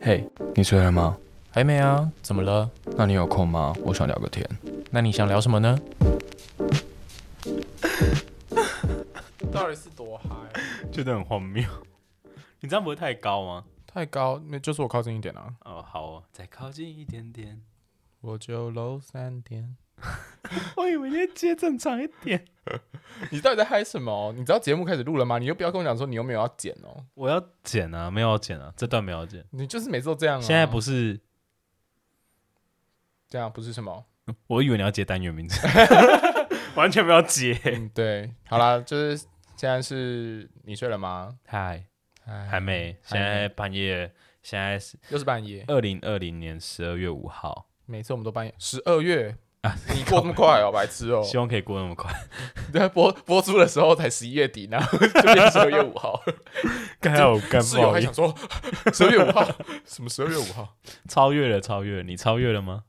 嘿、你睡了吗？还没啊？怎么了？那你有空吗？我想聊个天。那你想聊什么呢？到底是多嗨？啊觉得很荒谬。 你这样不会太高吗？太高，那就是我靠近一点啊，哦，好哦，再靠近一点 点。我就楼三点。我以为你接正常一点。你到底在嗨什么？你知道节目开始录了吗？你又不要跟我讲说你又没有要剪哦，我要剪啊，没有要剪啊，这段没有要剪。你就是每次都这样啊。现在不是，这样，不是什么？我以为你要接单元名字， 完全没有接。嗯，对，好啦，就是现在是你睡了吗？嗨，还还，没，还现没在半夜，现在是又是半夜。二零二零年十二月五号，每次我们都半夜十二月啊你过这么快哦，白 痴哦！希望可以过那么快。 你在播播出的时候才十一月底，然后 就变十二月五号，刚才我 干室友爆还想说十二月五号什么十二月五号超越了，超越了，你超越了吗？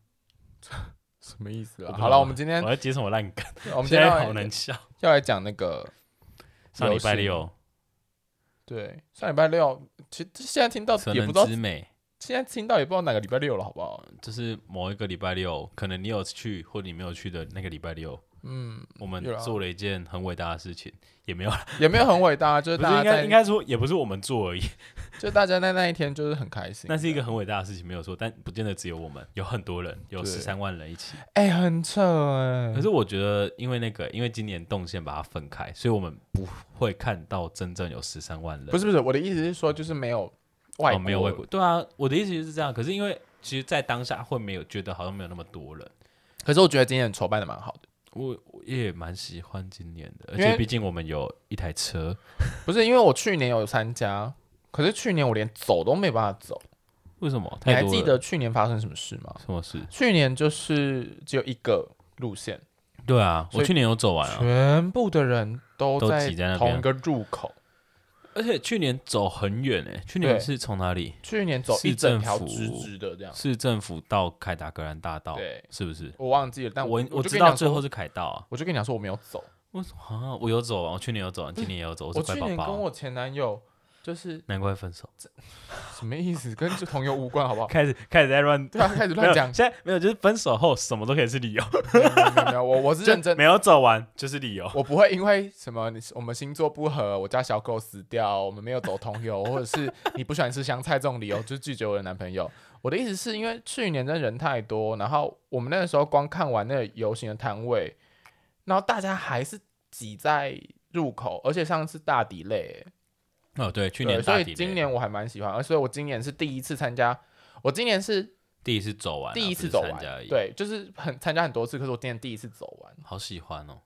什么意思我啊？不知道好了，我们今天我要接什么烂梗？我们今现天在要好来难笑。要来讲那个上礼拜游戏，六，对，上礼拜六，其实现在听到成也人不知道之，美，现在听到也不知道哪个礼拜六了，好不 好？就是某一个礼拜六，可能你有去或者你没有去的那个礼拜六，嗯，我们有啦做了一件很伟大的事情，也没有啦， 也没有很伟大，就是不大是家应该在应该说也不是我们做而已，就大家在那一天就是很开心， 那是一个很伟大的事情，没有错，但不见得只有我们，有很多人，有嗯对十三万人一起。哎、很扯哎、可是我觉得，因为那个，因为今年动线把它分开，所以我们不会看到真正有十三万人，不是不是，我的意思是说就是没有外哦，没有外人国，对啊，我的意思就是这样。可是因为其实，在当下会没有觉得好像没有那么多人，可是我觉得今年筹办的蛮好的，我我也蛮喜欢今年的，而因为且毕竟我们有一台车，不是因为我去年有参加，可是去年我连走都没办法走。为什么？你太还多记了得去年发生什么事吗？什么事？去年就是只有一个路线，对啊，所我以去年有走完啊，全部的人都都在挤在那边同一个入口。而且去年走很远诶、去对年是从哪里？去年走一市整政条府直直的这样，市政府到凯达格兰大道，对是不是？我忘记了，但我我就知跟你道讲最说后，是凯道啊，我就跟你讲说我没有走。我啊，我有走啊，我去年有走完，今年也有走，我是去乖宝年跟宝啊，我前男友就是难怪分手，什么意思？跟这朋友无关，好不 好？开始开始在乱对啊，开始没乱有 讲。现在没有，就是分手后什么都可以是理由，没有没有没有没有，我我是 认真 就没有走完就是理由。 我不会因为什么你我们星座不合，我家小狗死掉，我们没有走同游，或者是你不喜欢吃香菜这种理由，就拒绝我的男朋友。 我的意思是因为去年真的人太多，然后我们那个时候光看完那个游行的摊位，然后大家还是挤在入口，而且上次大底类，哦，对，去对年所大以底今年我还蛮喜欢，而且我今年是第一次参加，我今年是第一次走完啊，第一不次是走参完，加而已，对，就是很参加很多次，可是我今年第一次走完。好喜欢哦。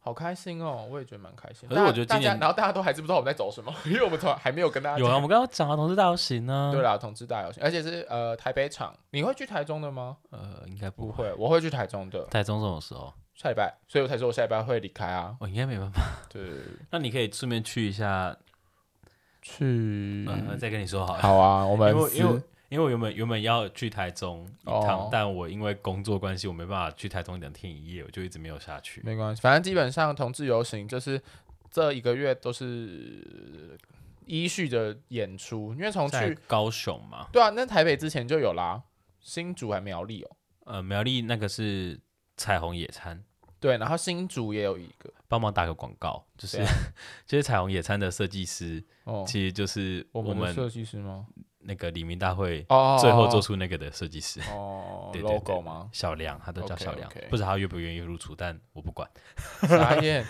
好开心哦，我也觉得蛮开心。可是我觉得大今家大年家然后大家都还是不知道我们在走什么， 因为我们从来还没有跟大家有啊，讲我们刚刚讲了同志大游行呢。对，啦，啊同志大游行，而且是呃台北场。你会去台中的吗？呃，应该不不会。会，我会去台中的台中这种时候，下礼拜，所以我才说我下礼拜会离开啊。我应该没办法。对，那你可以顺便去一下，去呃，再跟你说好了。嗯好啊，我们因为因为私因为我原本原本要去台中一哦趟，但我因为工作关系，我没办法去台中两天一夜，我就一直没有下去。没关系，反正基本上同志游行就是这一个月都是呃依序的演出，因为从在去高雄嘛，对啊，那台北之前就有啦，新竹还苗栗哦，呃，苗栗那个是彩虹野餐。对，然后新竹也有一个帮忙打个广告，就是、对 就是彩虹野餐的设计师，啊哦，其实就是我们的们设计师吗？那个李明大会哦，最后做出那个的设计师、哦对对对 logo 吗？小梁，他都叫小梁 OK，OK 不知道他愿不愿意入厨，但我不管。傻眼。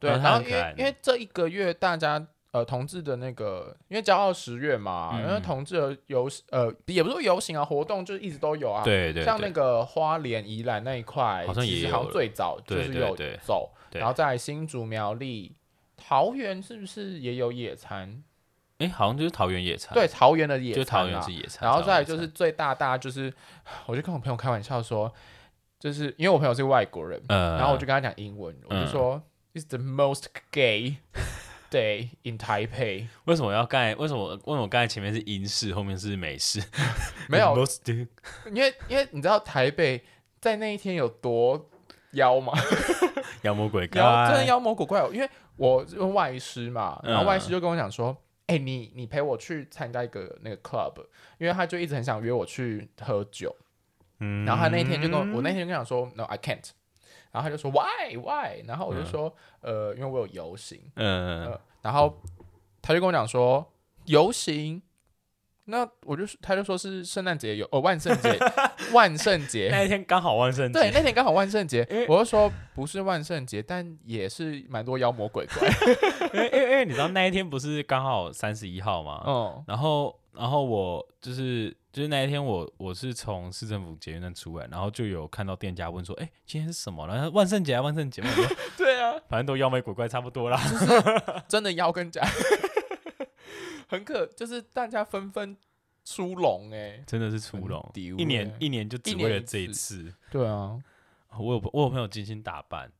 对，然后啊然他后很因可爱为因为这一个月大家呃同志的那个，因为骄傲十月嘛，嗯因为同志的游呃也不是说游行啊，活动就是一直都有啊。，对对像那对，个花莲、宜兰那一块，好像其也实有好像了最早就对是对有对走，对然后在新竹、苗栗、桃园是不是也有野餐？哎，好像就是桃园野餐，对，，桃园的野就是餐啊桃园啦是野餐，然后草原再来野就餐是，最大大就是，我就跟我朋友开玩笑说，就是因为我朋友是外国人，呃，嗯然后我就跟他讲英文，我就说、i s the most gay day in Taipei。为什么要盖？为什么为什么刚才前面是英式，后面是美式？ 没 有， Most do- 因为因为你知道台北在那一天有多妖吗？ 妖魔鬼怪，妖真的妖魔鬼怪哦，因为我是外师嘛，然后外师就跟我讲说，哎、哎、你你陪我去参加一个那个 club，因为他就一直很想约我去喝酒，嗯然后他那天就跟我，我那天就跟他说 no I can't，然后他就说 why why，然后我就说、呃因为我有游行，嗯呃，然后他就跟我讲说游行，那我就他就说是圣诞节游哦万圣 节万圣那节，一天刚好万圣 对节，那天刚好万圣节因为，我就说不是万圣节，但也是蛮多妖魔鬼怪， 因为因为因为你知道那一天不是刚好三十一号吗？嗯然后然后我就是就是那一天我我是从市政府捷运站出来，然后就有看到店家问说，哎、今天是什么？然后他说万圣节啊，万圣节嘛，我说 对啊，反正都妖魔鬼怪差不多啦。真的妖跟假， 很可就是大家纷纷出笼哎、真的是出笼很，丢一年欸一年就只一年为了一这一次。对啊，我有我有朋友精心打扮，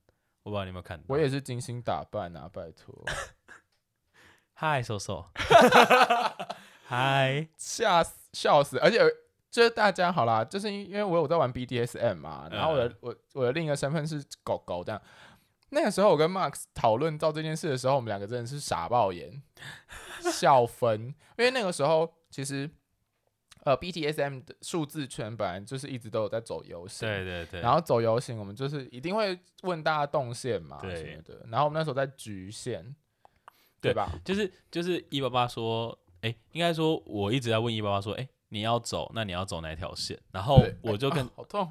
我不知道你有没有看到。我也是精心打扮啊，拜托， 嗨，瘦瘦， 嗨，吓死笑死，而且有。就是大家好啦，就是因因为我有在玩 BDSM 嘛，然后我的、嗯我我的另一个身份是狗狗这样。那个时候我跟 Max 讨论到这件事的时候，我们两个真的是傻 爆眼，笑疯。因为那个时候其实呃 BDSM 的数字圈本来就是一直都有在走游戏，对对对，然后走游行，我们就是一定会问大家动线嘛，对什么的。然后我们那时候在局限，对吧？就是就是一八八说，哎、应该说我一直在问一八八说，哎、你要走，那你要走哪条线？然后对我就跟，啊好痛，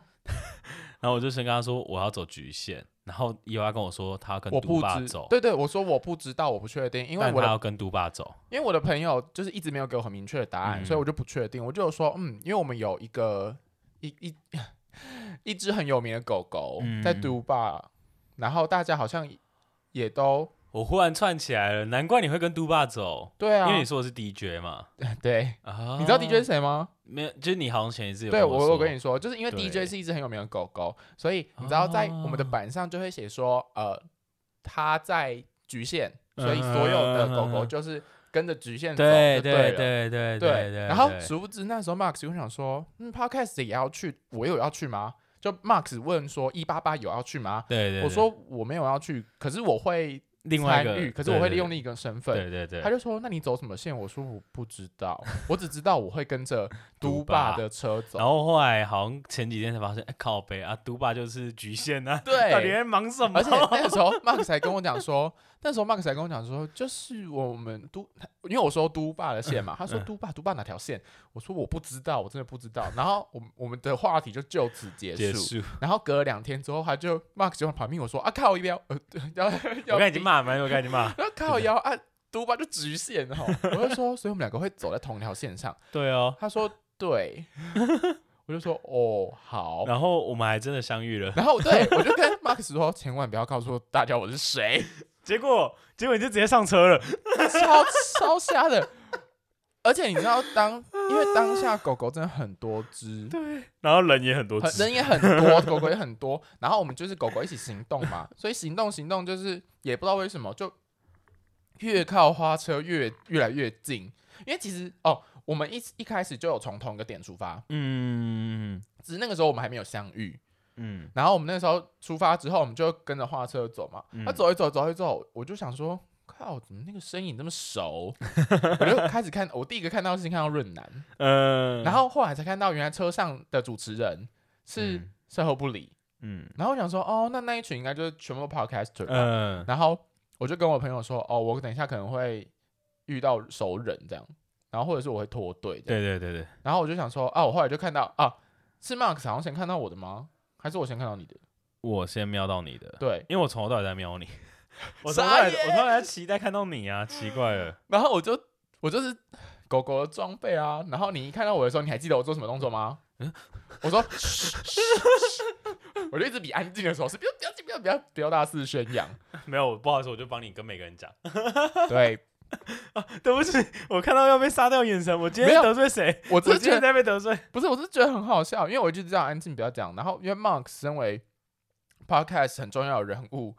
然后我就先跟他说我要走局线，然后一八八跟我说他要跟我都不爸知走，对对，我说我不知道，我不确定，因为但我他的要跟都爸走，因为我的朋友就是一直没有给我很明确的答案，嗯所以我就不确定。我就有说，嗯，因为我们有一个一一一只很有名的狗狗、嗯在读吧，然后大家好像也都我忽然串起来了，难怪你会跟都爸走，对啊因，为你说的是 DJ 嘛， 对，啊，你知道 DJ 是谁吗？没有？就是你好像前一次有啊对我我，我跟你你说，就是因为对 DJ 是一只很有名的狗狗，所以你知道在我们的哦板上就会写说，呃，它在局限，所以嗯所有的狗嗯嗯狗嗯就是跟着局限走就对对对对对对对，然后对殊不知那时候 Max 就想说，嗯，Podcast 也要去，我有要去吗？就 Max 问说，一八八有要去吗？对对，我对说我没有要去，可是我会另外一参个与，可是对我会对利用另一个身份。对对对，他就说：“那你走什么线？”我说：“我不知道，我只知道我会 跟着都都霸霸的车走。”然后后来好像前几天才发现，哎、靠北啊，独霸就是局限啊， 对到底在忙什么？而且那个时候 Max 还跟我讲说，那时候 Max 还跟我讲说，就是我们都，因为我说都霸的线嘛，他嗯说都霸都霸哪条线？我说我不知道，我真的不知道。然后我们我们的话题就就此结束。结束，然后隔了两天之后，他就 Max 就旁边我说啊靠一标，呃，对然后我刚才已经骂，骂完，我刚才已经 骂，然后靠腰啊，都霸就直线哈。我就说，所以我们两个会走在同一条线上。对哦。他说对，我就说哦好。然后我们还真的相遇了，然后对我就跟 Max 说，千万不要告诉大家我是谁。结果结果你就直接上车了， 超超瞎的。而且你知道当，因为当下狗狗真的很多只，然后呃人也很多很只，人也很多，狗狗也很多。然后我们就是狗狗一起行动嘛，所以行动行动就是也不知道为什么就越靠花车越越来越近。因为其实哦，我们一一开始就有从同一个点出发，嗯只是那个时候我们还没有相遇。嗯，然后我们那时候出发之后，我们就跟着花车走嘛。嗯他、走一走，走一走，我就想说，靠，怎么那个身影这么熟？ 我就开始看，我第一个看到是看到润南，呃，然后后来才看到原来车上的主持人是嗯售后不理。嗯然后我想说，哦，那那一群应该就是全部都 podcaster 吧。嗯，然后我就跟我朋友说，哦，我等一下可能会遇到熟人这样，然后或者是我会脱队这样。对对对对，然后我就想说，啊，我后来就看到啊，是 Max 好像先看到我的吗？还是我先看到你的？我先瞄到你的，对。因为我从头到尾在瞄你， 我从傻头到尾眼我从头到尾在期待看到你啊，奇怪了，然后我就我就是狗狗的装备啊，然后你一看到我的时候，你还记得我做什么动作吗？嗯我说，嘘嘘嘘我就一直比安静的时候是不要不要不要不要不要大肆宣 扬， 没有，不好意思，我就帮你跟每个人讲，对 对不起，我看到要被杀掉眼神，我今没天有得罪谁？我我只是今觉天得在被得罪。不是，我是觉得很好笑，因为我就知道安静不要讲，然后因为 Mark 身为 Podcast 很重要的人物。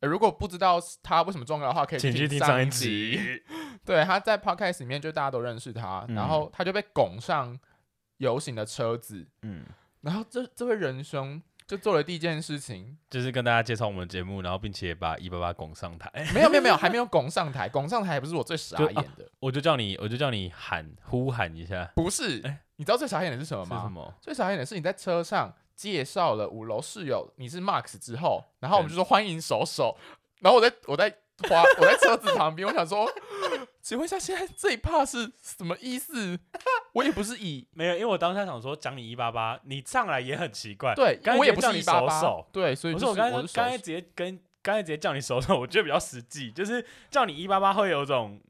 呃如果不知道他为什么重要的话，可以请去听上上一集。 集。对，他在 podcast 里面就大家都认识他，嗯然后他就被拱上游行的车子，嗯，然后这这位仁兄，就做了第一件事情，就是跟大家介绍我们的节目，然后并且把一八八拱上台，没有没有没有，还没有拱上台，拱上台还不是我最傻眼的，啊我就叫你，我就叫你喊呼喊一下，不是，你知道最傻眼哎的是什么是吗？什么？最傻眼的是你在车上介绍了五楼室友你是 Max 之后，然后我们就说欢迎手手，然后我在我在花 我在车子旁边，我想说，请问一下现在这一趴是什么意思？ 我也不是以没有，因为我当时想说讲你一八八，你上来也很奇怪，对刚，才我也直不接叫是你一八手八手，对，所以不就是是我刚才我说手刚才直接跟刚才直接叫你手手， 我觉得比较实际，就是叫你一八八会有种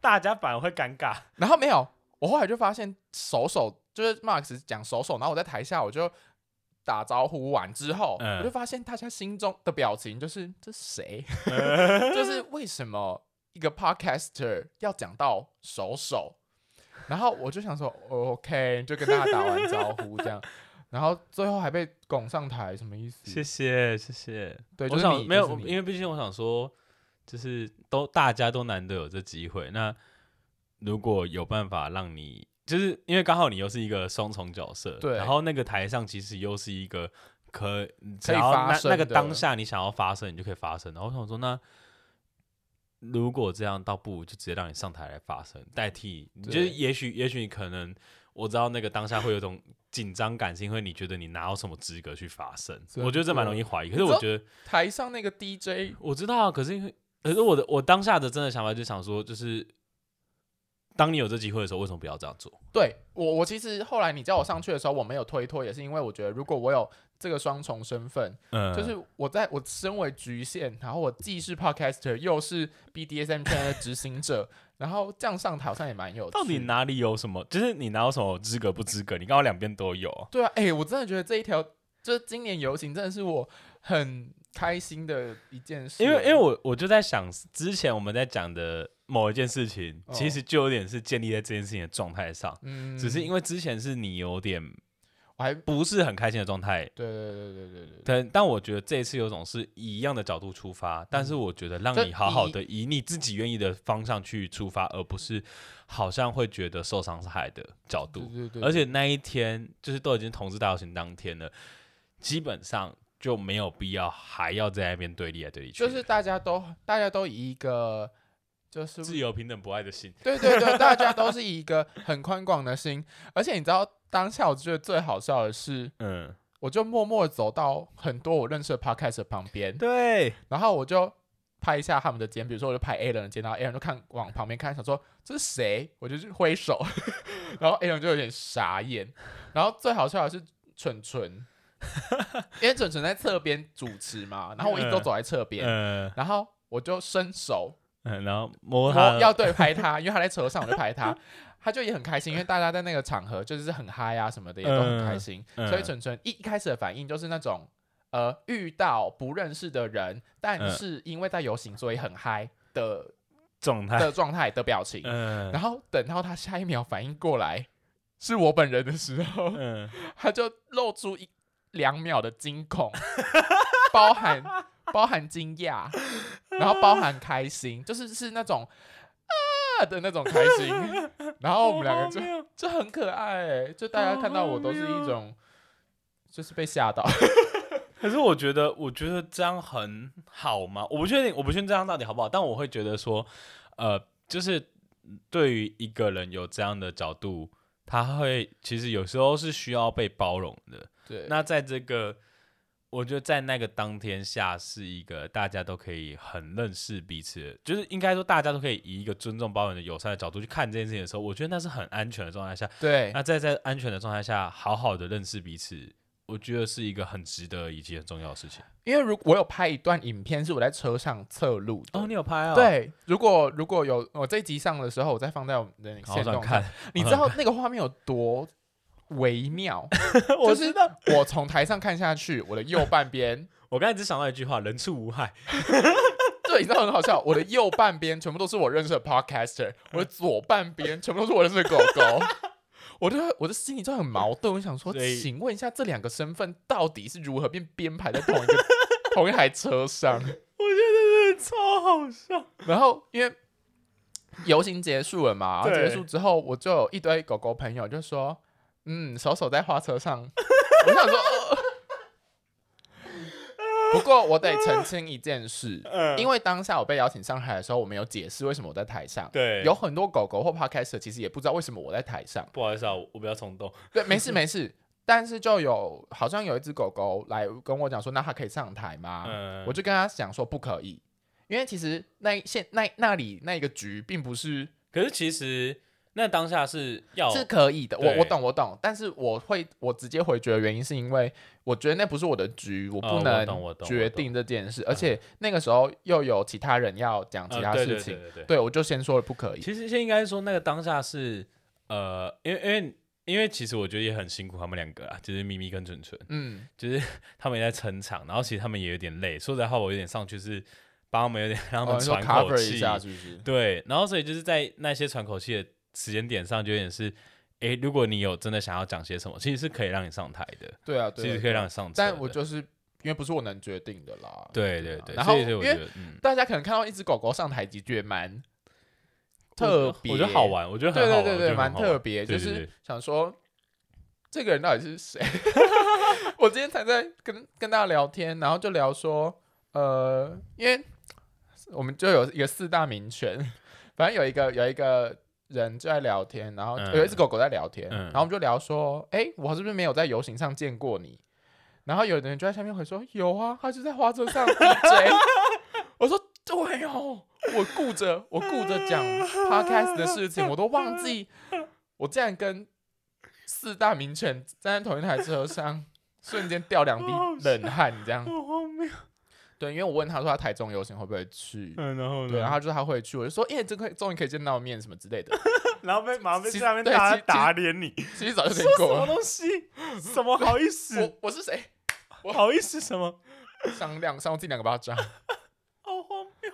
大家反而会尴尬，然后没有，我后来就发现手手就是 Max 讲手手，然后我在台下我就打招呼完之后，嗯我就发现大家心中的表情就是这是 谁，就是为什么一个 podcaster 要讲到手手，然后我就想说 OK，就跟大家打完招呼 这样。然后最后还被拱上台，什么意思？谢谢谢谢。对，就我是想你，没就有，是你因为毕竟我想说，就是都大家都难得有这机会。那如果有办法让你，就是因为刚好你又是一个双重角色，对然后那个台上其实又是一个可只可以要发那声那个的当下你想要发声，你就可以发声。然后我想说，那如果这样，倒不如就直接让你上台来发声，代替，对就是也许也许你可能。我知道那个当下会有一种紧张感，是因为你觉得你哪有什么资格去发声？真我觉得这蛮的容易怀疑。可你是知我道觉得台上那个 DJ 我知道啊，可是因为可是我的我当下的真的想法就想说，就是当你有这机会的时候，为什么不要这样做？对我，我其实后来你叫我上去的时候，我没有推脱，也是因为我觉得如果我有这个双重身份，嗯就是我在我身为局限，然后我既是 podcaster 又是 BDSM 圈的执行者，然后这样上台好像也蛮有趣。到底？哪里有什么？就是你哪有什么资格不资格？你刚好两边都有啊。对啊，哎、我真的觉得这一条，就是今年游行真的是我很开心的一件事，因为因为我我就在想，之前我们在讲的某一件事情，哦其实就有点是建立在这件事情的状态上，嗯，只是因为之前是你有点我还不是很开心的状态。对对对对对对。但但我觉得这一次有种是以一样的角度出发，但是我觉得让就你好好嗯以的以你自己愿意的方向去出发，而不是好像会觉得受伤害的角对度。对对，而且那一天就是都已经同志大游行当天了，基本上就没有必要还要在那边对立来对立去就了，是大家都大家都以一个就是自由、平等、博爱的心。对对对，大家都是以一个很宽广的心，而且你知道，当下我觉得最好笑的是，嗯，我就默默地走到很多我认识的 podcast 旁边，对，然后我就拍一下他们的肩，比如说我就拍 A 人的肩，然后 A 人就看往旁边看，想说这是谁，我就去挥手， 然后 A 人就有点傻眼，然后最好笑的是蠢蠢，因为蠢蠢在侧边主持嘛，然后我一直都走在侧边，嗯然后我就伸手嗯，然后摸他我要对拍他，因为他在车上，我就拍 他，他就也很开心，因为大家在那个场合就是很嗨啊什么的，也都很开心。嗯嗯所以纯纯一一开始的反应就是那种，呃，遇到不认识的人，但嗯是因为在游行，所以很嗨的状态，的状态的表情。哎嗯然后等到他下一秒反应过来是我本人的时候，嗯，他就露出一两秒的惊恐，包含包含惊讶，然后包含开心，就是是那种啊的那种开 心。然后我们两个就好荒谬就很可爱、欸就大家看到我都是一种就是被吓 到。可是我觉得，我觉得这样很好吗？我不确定，我不确定这样到底好不好，但我会觉得说，呃，就是对于一个人有这样的角度，他会其实有时候是需要被包容的。对，那在这个，我觉得在那个当天下是一个大家都可以很认识彼此的，就是应该说大家都可以以一个尊重、包容的友善的角度去看这件事情的时候，我觉得那是很安全的状态下，对那在在安全的状态下，好好的认识彼此，我觉得是一个很值得以及很重要的事情。因为如我有拍一段影片，是我在车上侧录的。哦，你有拍哦？，对，如果如果有我这一集上的时候，我再放在我们的好线想动看上，，你知道那个画面有多微妙？ 我就是知道。我从台上看下去，我的右半边，我刚才只想到一句话：人畜无害。对，你知道很好笑，我的右半边全部都是我认识的 podcaster，我的左半边全部都是我认识的狗狗。我的我的心里就很矛盾，我想说，所以请问一下，这两个身份到底是如何被编排在同一个同一台车上？我觉得真的超好笑。然后因为游行结束了嘛，然后对结束之后，我就有一堆 狗狗朋友就说，嗯，手手在花车上，我想说。呃 不过我得澄清一件事，嗯因为当下我被邀请上台的时候，我没有解释为什么我在台上。对，有很多狗狗或 podcaster 其实也不知道为什么我在台上。不好意思啊，我我比较冲动。对，没事没事。但是就有好像有一只狗狗来跟我讲说，那它可以上台吗？嗯，啊我就跟他讲说不可以，因为其实那一现那那里那个局并不是可是其实那当下是要是可以的，我哦对我懂我懂，但是我会我直接回绝的原因是因为我觉得那不是我的局，我哦不我能懂我懂嗯我决懂定这件事，而且那个时候又有其他人要讲其呃他对事对情，对对对对我就先说了不可以，其实现应该说那个当下是呃，因为因为因为其实我觉得也很辛苦，他们两个啊，就是咪咪跟蠢蠢，嗯，就是他们也在撑场，然后其实他们也有点累。说实在话，我有点上去是帮他们有点 让他哦们你说喘口 cover 一气，下是不是？对，然后所以就是在那些喘口气的时间点上，就有点是。诶，如果你有真的想要讲些什么，其实是可以让你上台的，对啊，其对实啊，可以让你上车的。但我就是因为不是我能决定的啦，对对对，然后所以所以我因为觉得嗯，大家可能看到一只狗狗上台，的确蛮特别，我觉得好玩，我觉得对很好对玩，对我觉对，得很蛮好玩特别，对就对是对想说这个人到底 是谁？我今天才在跟跟大家聊天，然后就聊说，呃，因为我们就有一个四大名犬， 反正有一个有一个人就在聊天，然后嗯有一只狗狗在聊天，嗯然后我们就聊说，哎、我是不是没有在游行上见过你？然后有的人就在下面回说，有啊，他就在花车上 DJ。我说对哦，我顾着我顾着 讲 podcast 的事情，我都忘记我竟然跟四大名犬站在同一台车上，瞬间掉两滴冷汗，这样。好荒谬。对，因为我问他说他台中游行会不会去，嗯，然后对，然后他就说他会去，我就说耶，这个终于可以见到面什么之 类的。然后被马上被其实下面对大其家实打脸你，其实早就说听什过么了，东西？ 什么好意思？我我是谁？ 我好意思什么？商量赏我自己两个巴掌。 好荒谬！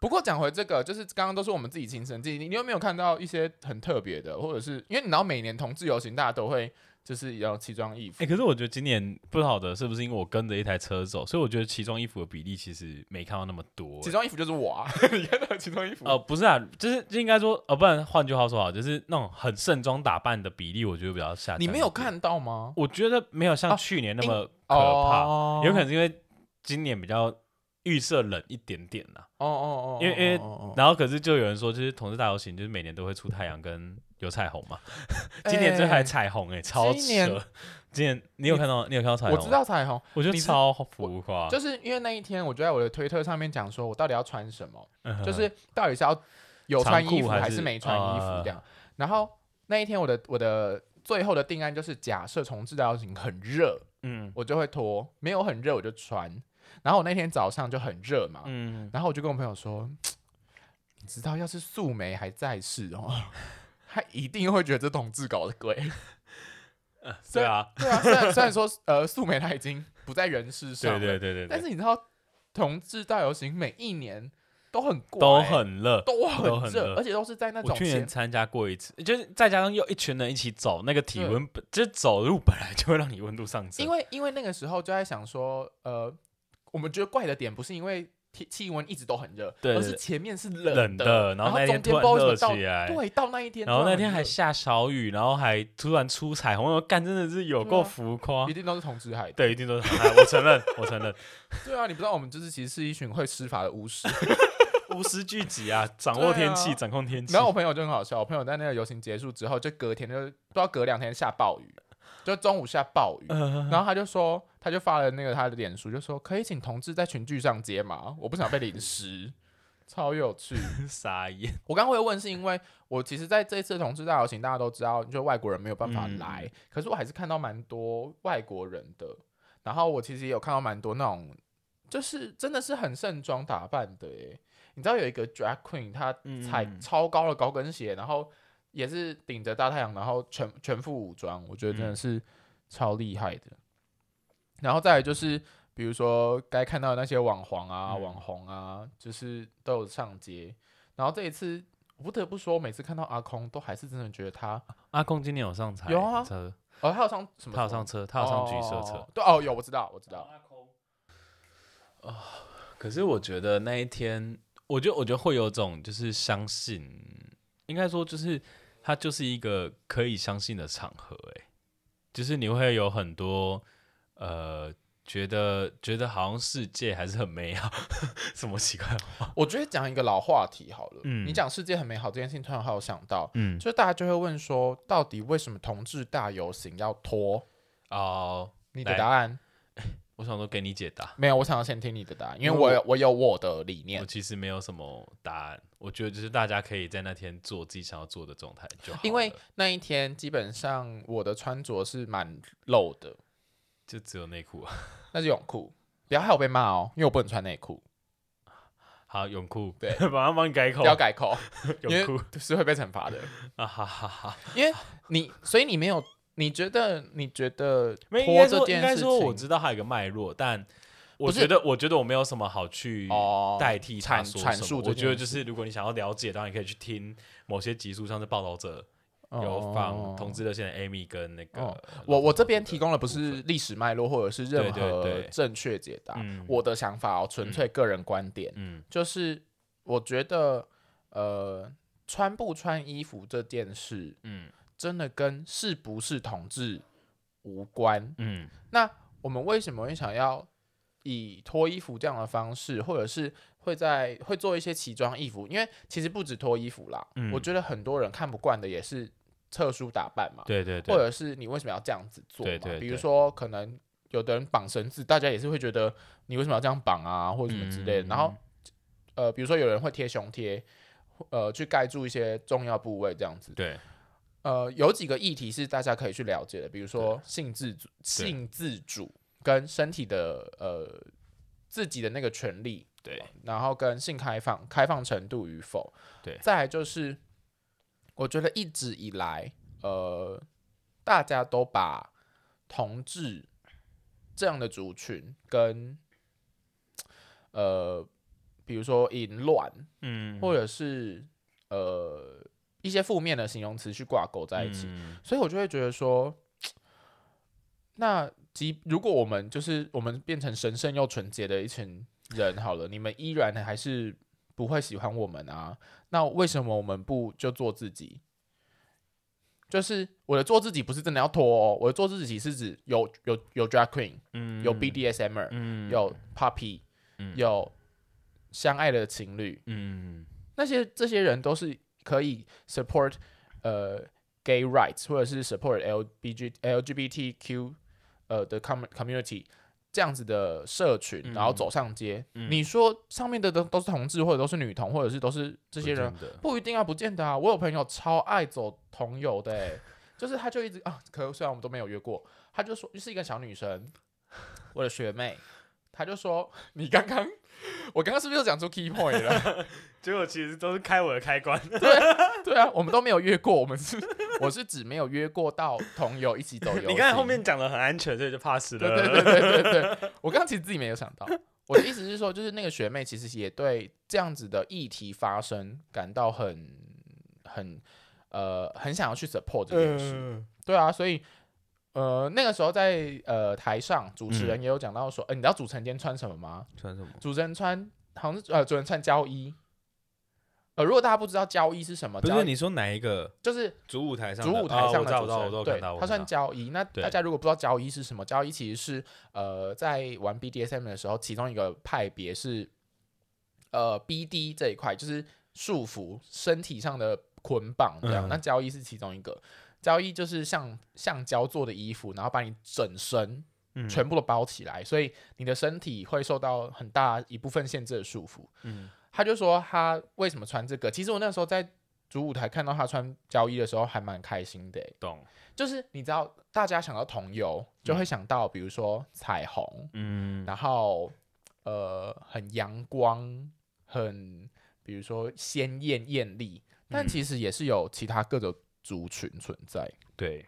不过讲回这个，就是刚刚都是我们自己亲身经历，你你有没有看到一些很特别的，或者是因为你知道每年同志游行大家都会就是要奇装异服哎、，可是我觉得今年不晓得是不是因为我跟着一台车走，所以我觉得奇装异服的比例其实没看到那么多、奇装异服就是我 啊，哦你看到奇装异服呃，不是啊，就是就应该说，呃，不然换句话说好，就是那种很盛装打扮的比例，我觉得比较下降。你没有？看到吗？我觉得没有哦像去年那因么可怕，哦有可能是因为今年比较预设冷一点点啦。哦哦哦，因为因为哦哦哦然后可是就有人说，就是同志大游行，就是每年都会出太阳跟有彩虹嘛。今年这还彩虹哎、超扯！今今年年你有看到你有看到彩虹？我知，道彩虹，我觉你得知超浮夸。就是因为那一天我就在我的推特上面讲说，我到底要穿什么，嗯哼就是到底是要有穿衣长服裤还是呃还是没穿衣服这样。然后那一天我的我的最后的定案就是，假设重置的邀请很热，嗯我就会脱；没有很热我就穿。然后我那天早上就很热嘛，嗯，然后我就跟我朋友说，你知道要是素梅还在世哦，她一定会觉得这同志搞的鬼。对啊，对 啊，虽然虽然说呃素梅她已经不在人世上对了，对对对但对，是你知道，同志大游行每一年都很怪都很热。都都很很热，热而且都是在那我种去年前参加过一次，就是再加上又一群人一起走，那个体对温本就是走路本来就会让你温度上升。因为因为那个时候就在想说，呃，我们觉得怪的点不是因为气气温一直都很热，对而对是对前面是冷冷的，然然后那中天间突不知然道为热什么起来到，对到那一天突然很热，后那天还下小雨，然后还突然出彩虹，我干真的是有够对啊浮夸一。定都是同志害的，对，一定都是哎，我承认， 我承认，对啊，你不知道我们就是其实是一群会施法的巫师。无师聚集啊，掌握天气，对啊掌控天气。 然后我朋友就很好笑，我朋友在那个游行结束之后，就隔天就不知道隔两天下暴雨，就中午下暴雨，呃，然后他就说，他就发了那个他的脸书，就说可以请同志在群聚上接吗？我不想被淋湿， 超有趣。 傻眼，我刚刚会问是因为我其实在这一次的同志大游行，大家都知道，就外国人没有办法来，可是我还是看到蛮多外国人的，然后我其实也有看到蛮多那种，就是真的是很盛装打扮的耶。你知道有一个 drag queen，她嗯踩超高的高跟鞋，然后也是顶着大太阳，然后全全副武装，我觉得真的嗯是超厉害的。然后再来就是，比如说该看到的那些网黄啊、嗯网红啊，就是都有上街。然后这一次，我不得不说，每次看到阿空，都还是真的觉得他，阿空今年有上台，有啊车，哦，他有上什么？他有上什车，么他有上橘色车哦。对，哦，有，我知道，我知道。阿空，啊，可是我觉得那一天，我觉得我觉得会有种就是相信，应该说就是它就是一个可以相信的场合、欸，就是你会有很多呃觉得觉得好像世界还是很美好， 什么奇怪的话？我觉得讲一个老话题好了，嗯你讲世界很美好这件事情，突然让我想到，嗯，就是大家就会问说，到底为什么同志大游行要拖？哦，你的来答案我想说给你解答，没有，我想要先听你的答案，因为因为我有我有我的理我念。其实没有什么答案，我觉得就是大家可以在那天做自己想要做的状态就好了，因为那一天基本上我的穿着是蛮露的，就只有内裤啊，那是泳裤，不要害我被骂哦，因为我不能穿内裤，好泳裤，对， 马上帮你改口不，要改口，因哦泳裤为 是会被惩罚的。啊，哈哈哈。因为你，所以你没有，你觉得你觉得没应拖该这说应件该事说我情知道它有一个脉络，但我不是觉得我觉得我没有什么好去哦代替它阐说阐什么述这我觉得件就是如果你想要了解，当然你可以去听某些集数，上次报道者有哦放同志热线的 Amy 跟那个哦我我这边提供的不部是分嗯历史脉络，或者是任对对何对正确解答。嗯我的想法哦，纯粹个人观点，嗯就是我觉得，呃，穿不穿衣服这件事，嗯真的跟是不是同志无关。嗯那我们为什么会想要以脱衣服这样的方式，或者是会在会做一些奇装异服？因为其实不止脱衣服啦，嗯我觉得很多人看不惯的也是特殊打扮嘛，对对对，或者是你为什么要这样子做嘛？对对比对如说可能有的人绑绳子，大家也是会觉得你为什么要这样绑啊，或者什么之类的。嗯然后呃，比如说有人会贴胸贴，呃，去盖住一些重要部位这样子。对呃，有几个议题是大家可以去了解的，比如说性自主、性自主跟身体的呃自己的那个权利，对然后跟性开放、开放程度与否。对再来就是，我觉得一直以来，呃，大家都把同志这样的族群跟呃，比如说淫乱，嗯或者是呃一些负面的形容词去挂钩在一起，嗯所以我就会觉得说，那即如果我们就是我们变成神圣又纯洁的一群人好了，你们依然还是不会喜欢我们啊，那为什么我们不就做自己？就是我的做自己不是真的要脱哦，我的做自己是指有有有 drag queen，嗯有 BDSM，、r 嗯 er，有 puppy，、嗯有相爱的情侣，嗯那些这些人都是可以 support 呃 gay rights 或者是 support LBG LGBTQ 呃的 com community 这样子的社群，嗯然后走上街。你说上面的都都是同志，或者都是女同，或者是都是这些人，不见得不一定啊，不见得啊。我有朋友超爱走同游的、欸， 就是他就一直啊，可虽然我们都没有约过，他就说是一个小 女生，我的学妹，他就说 你刚刚我刚刚是不是又讲出 key point 了？结果其实都是开我的开关， 对啊，我们都没有约过，我们是我是指没有约过到同游一起走游 行。你刚才后面讲的很安全，所以就 pass 了，对对对对对对，我刚刚其实自己没有想到。我的意思是说，就是那个学妹其实也对这样子的议题发生感到很很呃很想要去 support 这件事。嗯对啊，所以呃那个时候在呃台上，主嗯持人也有讲到说，哎、你知道主持人今天穿什么吗？穿什么？主持人穿好像是呃主持人穿交衣。呃，如果大家不知道交衣是什么，不交是衣你说哪一个？就是主舞台上的，啊主舞台哦上我知的道，我知主持道，人，我都有看对到，我，他看算到交易。那对大家如果不知道交易是什么，交易其实是呃，在玩 BDSM 的时候，其中一个派别是呃 BD 这一块，就是束缚身体上的捆绑这样。嗯那交易是其中一个，交易就是像橡胶做的衣服，然后把你整身嗯全部都包起来，所以你的身体会受到很大一部分限制的束缚。嗯他就说他为什么穿这个？其实我那时候在主舞台看到他穿交易的时候，还蛮开心的欸、懂，就是你知道，大家想到桐油，就会想到比如说彩虹，嗯然后呃很阳光，很比如说鲜艳艳丽，但其实也是有其他各种族群存在。对，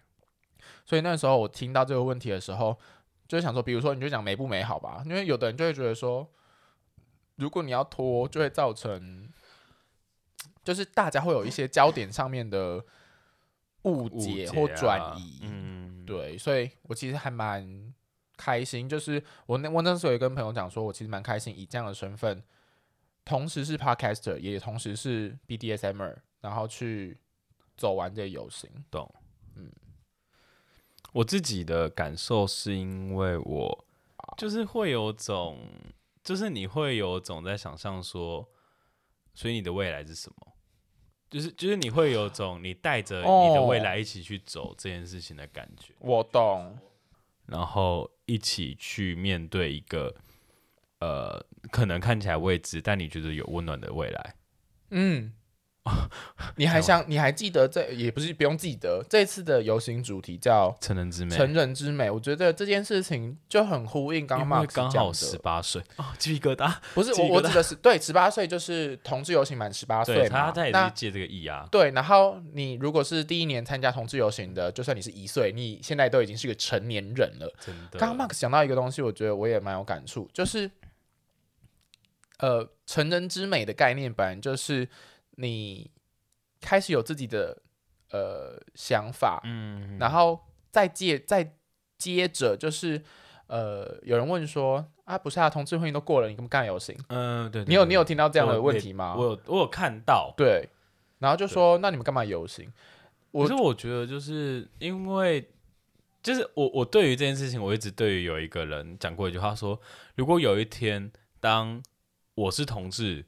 所以那时候我听到这个问题的时候，就想说，比如说你就讲美不美好吧，因为有的人就会觉得说，如果你要脱，就会造成，就是大家会有一些焦点上面的误误解啊或转移。嗯，对，所以我其实还蛮开心，就是我那我那时候也跟朋友讲说，我其实蛮开心以这样的身份，同时是 podcaster，也同时是 BDSMer，然后去走完这游行。我自己的感受是因为我就是会有种，就是你会有种在想象说，所以你的未来是什么？就是就是你会有种你带着你的哦未来一起去走这件事情的感觉，我懂，然后一起去面对一个呃可能看起来未知，但你觉得有温暖的未来。嗯。 你还想，你还记得这也不是不用记得，这次的游行主题叫成人之“美，成人之美”，我觉得这件事情就很呼应刚因刚为 Mark 刚讲好的十八 岁哦，鸡皮疙瘩。不是鸡我皮我疙瘩指的是对十八岁就是同志游行满十八岁对嘛他，他也那是借这个意啊，对，然后你如果是第一年参加同志游行的，就算你是一岁，你现在都已经是个成年人了。真的。刚刚 Max 讲到一个东西，我觉得我也蛮有感触，就是呃，成人之美的概念，本来就是你开始有自己的呃想法，嗯，然后再接再接着就是呃，有人问说啊，不是啊，同志婚姻都过了，你干嘛干游行？嗯、对对你有对你有听到这样我的问也题吗？我有我有看到，对，然后就说那你们干嘛游行？我可是我觉得就是因为，就是我我对于这件事情，我一直对于有一个人讲过一句话说，如果有一天当我是同志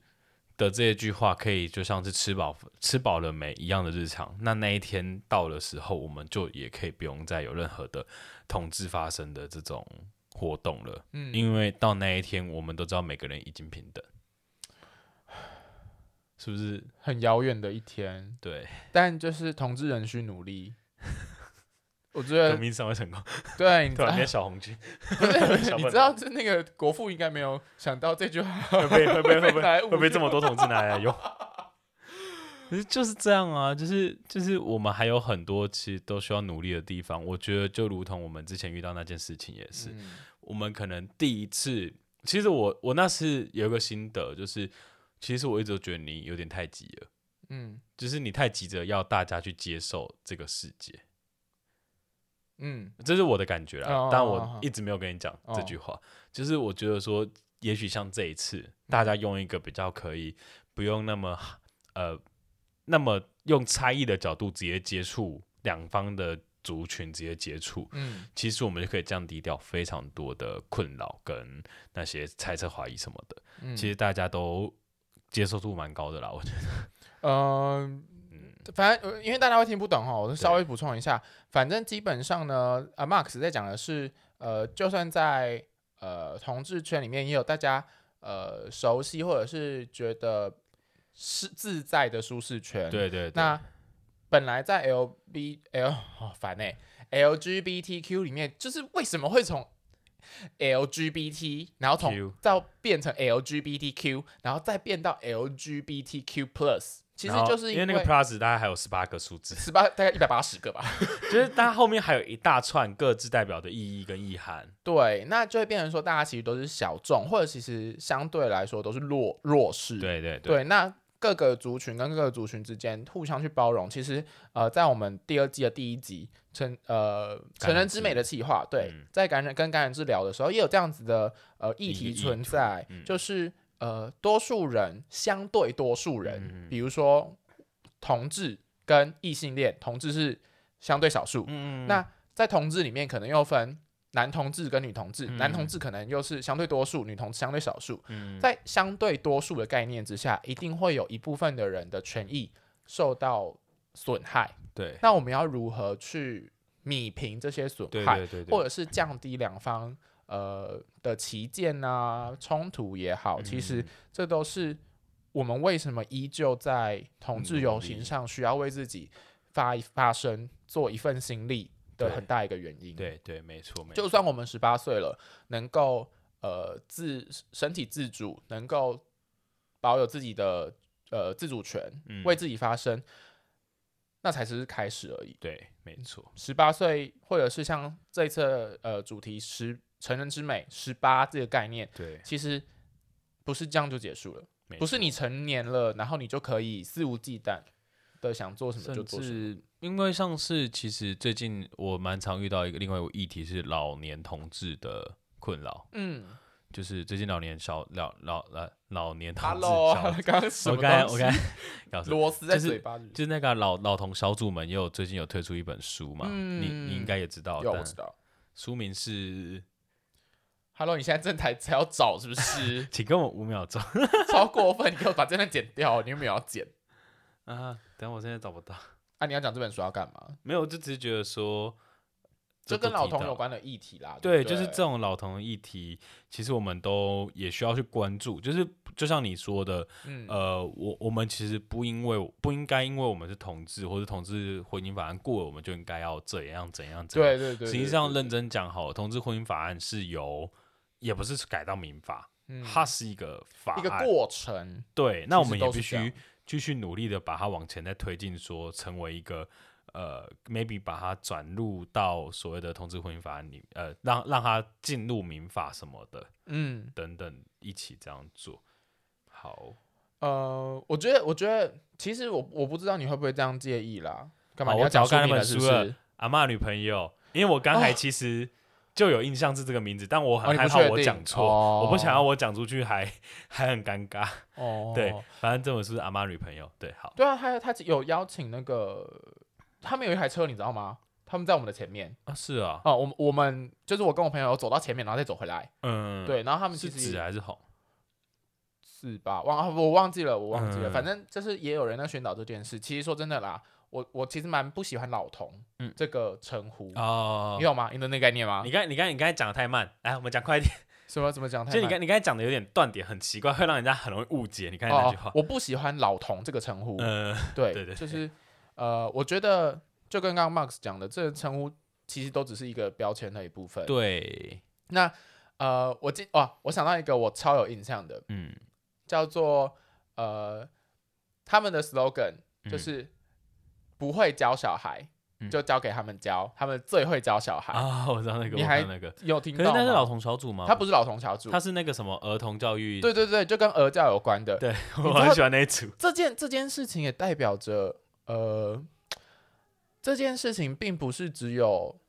的这一句话，可以就像是吃饱吃饱了没一样的日常，那那一天到的时候，我们就也可以不用再有任何的同志发生的这种活动了，嗯因为到那一天，我们都知道每个人已经平等， 是不是？很遥远的一天，对，但就是同志仍需努力。我觉得革命尚未成功，对，你 突然啊变小红军。不是小你笨知道，这那个国父应该没有想到这句话。会被会被会被拿来会侮被辱这么多同志拿来用？可是 就是这样啊，就是就是我们还有很多其实都需要努力的地方。我觉得就如同我们之前遇到那件事情也是，嗯我们可能第一次，其实我我那次有一个心得，就是其实我一直都觉得你有点太急了，嗯就是你太急着要大家去接受这个世界，嗯，这是我的感觉啦。哦但哦我哦一直没有跟你讲哦这句话，就是我觉得说，也许像这一次，大家用一个比较可以不用那么呃那么用猜疑的角度直接接触两方的族群，直接接触，嗯其实我们就可以降低掉非常多的困扰跟那些猜测、怀疑什么的。嗯，其实大家都接受度蛮高的啦，我觉得。嗯，反正呃因为大家会听不懂哈，我就稍微补充一下。反正基本上呢，啊，Max 在讲的是，呃，就算在呃同志圈里面，也有大家呃熟悉或者是觉得是自在的舒适圈。，对对对，那本来在 L B L 好烦哎、l g b t q 里面，就是为什么会从 LGBT，然后 Q 从到变成 LGBTQ，然后再变到 LGBTQ Plus，其实然后就是因为那个 Plus 大概还有十八个数字，十八大概一百八十个吧。 就是它后面还有一大串各自代表的意义跟意涵。对，那就会变成说，大家其实都是小众，或者其实相对来说都是弱弱势。对对对，对，那各个族群跟各个族群之间互相去包容，其实呃，在我们第二季的第一集成呃感成染人之治美的企划，对，嗯在感染跟感染治疗的时候，也有这样子的呃一议个题意存图在，嗯就是呃多数人相对多数人，嗯嗯比如说同志跟异性恋，同志是相对少数，嗯那在同志里面可能又分。男同志跟女同志，男嗯同志可能又是相对多数，女同志相对少数。嗯在相对多数的概念之下，一定会有一部分的人的权益受到损害。对那我们要如何去弭平这些损害，对对对对，或者是降低两方呃的旗舰啊冲突也好，嗯其实这都是我们为什么依旧在同志游努行力上需要为自己发一发声，做一份心力的对很大一个原因。对对，没错没错，就算我们十八岁了，能够呃自身体自主，能够保有自己的呃自主权，嗯为自己发声，那才只是开始而已。对没错，十八岁，或者是像这一次呃主题十成人之美十八这个概念，对，其实不是这样就结束了，没不是错你成年了，然后你就可以肆无忌惮的想做什么就甚做什么。至因为上次其实最近我蛮常遇到一个另外一个议题是老年同志的困扰，嗯就是最近老年小老老老老年同志，Hello，小， 刚刚什我么刚才东我西 刚才要说螺丝在就是嘴巴里。就是那个啊老老同小组们也有最近有推出一本书嘛，你你应嗯该也知道，有但我知道，书名是？Hello，你现在正台才要找是不是 请给我五秒钟超过分！你给我把这段剪掉，你有没有要剪？啊！等下我现在找不到，啊，你要讲这本书要干嘛？没有，我就只是觉得说，就跟都老提到童有关的议题啦。对，不就是这种老同的议题，其实我们都也需要去关注。就是就像你说的，嗯呃，我我们其实不因为不应该因为我们是同志或是同志婚姻法案过了，我们就应该要怎样怎样怎样。对对对，实际上认真讲好，同志婚姻法案是由也不是改到民法，嗯它是一个法一个案。过程，对，那我其实们也都是必这须样继续努力的把它往前再推进，说成为一个呃，maybe 把它转入到所谓的同志婚姻法案里，呃，让让它进入民法什么的嗯。等等，一起这样做。好，呃，我觉得，我觉得，其实我我不知道你会不会这样介意啦。干嘛？好你要我找看讲那名本了是不书是？了阿嬷女朋友，因为我刚才其实就有印象是这个名字，但我哦很你不害怕确我定讲错，哦我不想要我讲出去还还很尴尬。哦，对，反正这本书是阿嬷女朋友，对，好，对啊，他他有邀请那个，他们有一台车，你知道吗？他们在我们的前面啊，是啊，啊、我们我们就是我跟我朋友有走到前面，然后再走回来。嗯，，对，然后他们其是实紫还是红？是吧？忘啊我忘记了，我忘记了。嗯反正就是也有人在宣导这件事。其实说真的啦，我我其实蛮不喜欢“老童”嗯这个称呼，哦你，懂吗？你懂那个概念吗你？刚你刚你刚才讲的太慢，来，我们讲快一 点。什么怎么讲太就你慢？刚你刚才讲的有点断点，很奇怪，会让人家很容易误解。你看那哦句话，，我不喜欢“老童”这个称呼。呃，对对对对就是呃，我觉得就跟刚刚 Max 讲的，这个称呼其实都只是一个标签的一部 分。，对，那呃，我记哇，我想到一个我超有印象的，嗯，叫做呃，他们的 slogan 嗯就是不会教小孩，嗯就交给他们教，他们最会教小孩。啊，我知道那个，你我还看那个，有听可是到那是老吗？童小组吗？他，不是老童小组，他是那个什么儿童教育， 对对对，就跟儿教有关的。对，知我道很喜欢那一组。 这件这件事情也代表着，呃，这件事情并不是只有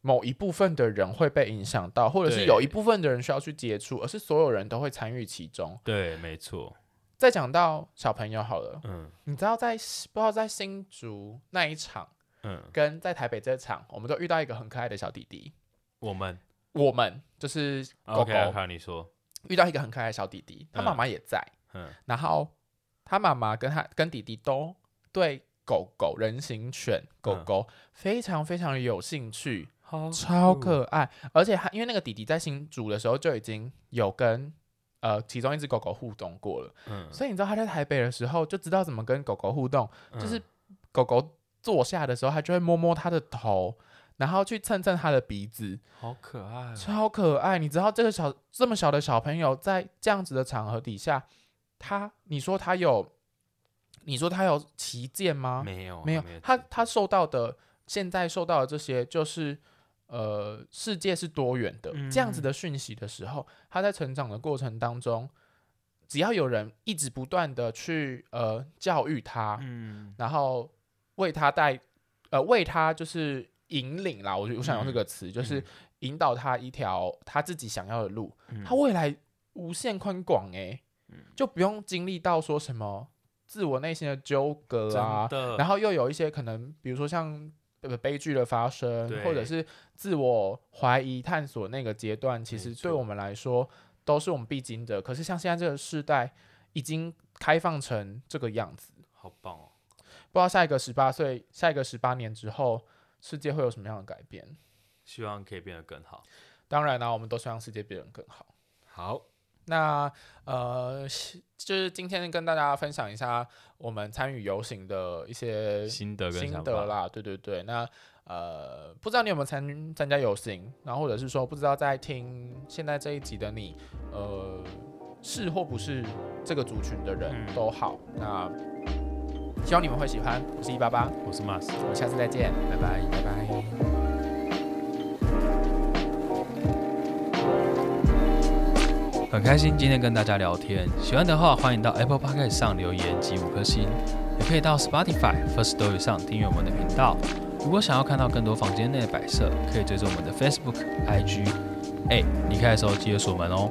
某一部分的人会被影响到，或者是对有一部分的人需要去接触，而是所有人都会参与其中。对，没错，再讲到小朋友好了，嗯你知道在不知道在新竹那一场嗯，跟在台北这场，我们都遇到一个很可爱的小弟弟，我们我们就是狗狗 OK，我看你说，遇到一个很可爱的小弟弟，他妈妈也在。嗯然后他妈妈跟他跟弟弟都对狗狗人形犬狗嗯狗非常非常有兴趣，好超哦可爱。而且他因为那个弟弟在新竹的时候就已经有跟呃其中一只狗狗互动过了，嗯，所以你知道他在台北的时候就知道怎么跟狗狗互动，嗯就是狗狗坐下的时候，他就会摸摸它的头。然后去蹭蹭它的鼻子，好可爱哦，超可爱。你知道这个小这么小的小朋友在这样子的场合底下，他你说他有，你说他有旗舰吗？没有啊没有还，他他受到的现在受到的这些就是。呃，世界是多元的，这样子嗯的讯息的时候，他在成长的过程当中，只要有人一直不断的去呃教育他，嗯然后为他带，呃，为他就是引领啦，我觉得我想用这个词，就是嗯引导他一条他自己想要的路，嗯他未来无限宽广哎、就不用经历到说什么自我内心的纠葛啊真，的，然后又有一些可能，比如说像。呃悲剧的发生，或者对是自我怀疑、探索那个阶段，其没实对错我们来说都是我们必经的。可是像现在这个时代，已经开放成这个样子，好棒哦，不知道下一个十八岁，下一个十八年之后，世界会有什么样的改变？希望可以变得更好。当然啦、啊我们都希望世界变得更好。好，那呃，是就是今天跟大家分享一下我们参与游行的一些心得跟心想得法，啦，对对对。那呃，不知道你有没有参参加游行，然后或者是说不知道在听现在这一集的你，呃，是或不是这个族群的人嗯都好。那希望你们会喜欢。我是一八八，我是 Mas。我们下次再见，拜拜，拜拜。很开心今天跟大家聊天，喜欢的话欢迎到 Apple Podcast 上留言及五颗星，也可以到 Spotify、First Story 上订阅我们的频道。如果想要看到更多房间内的摆设，可以追踪我们的 Facebook、IG。哎，离开的时候记得锁门哦。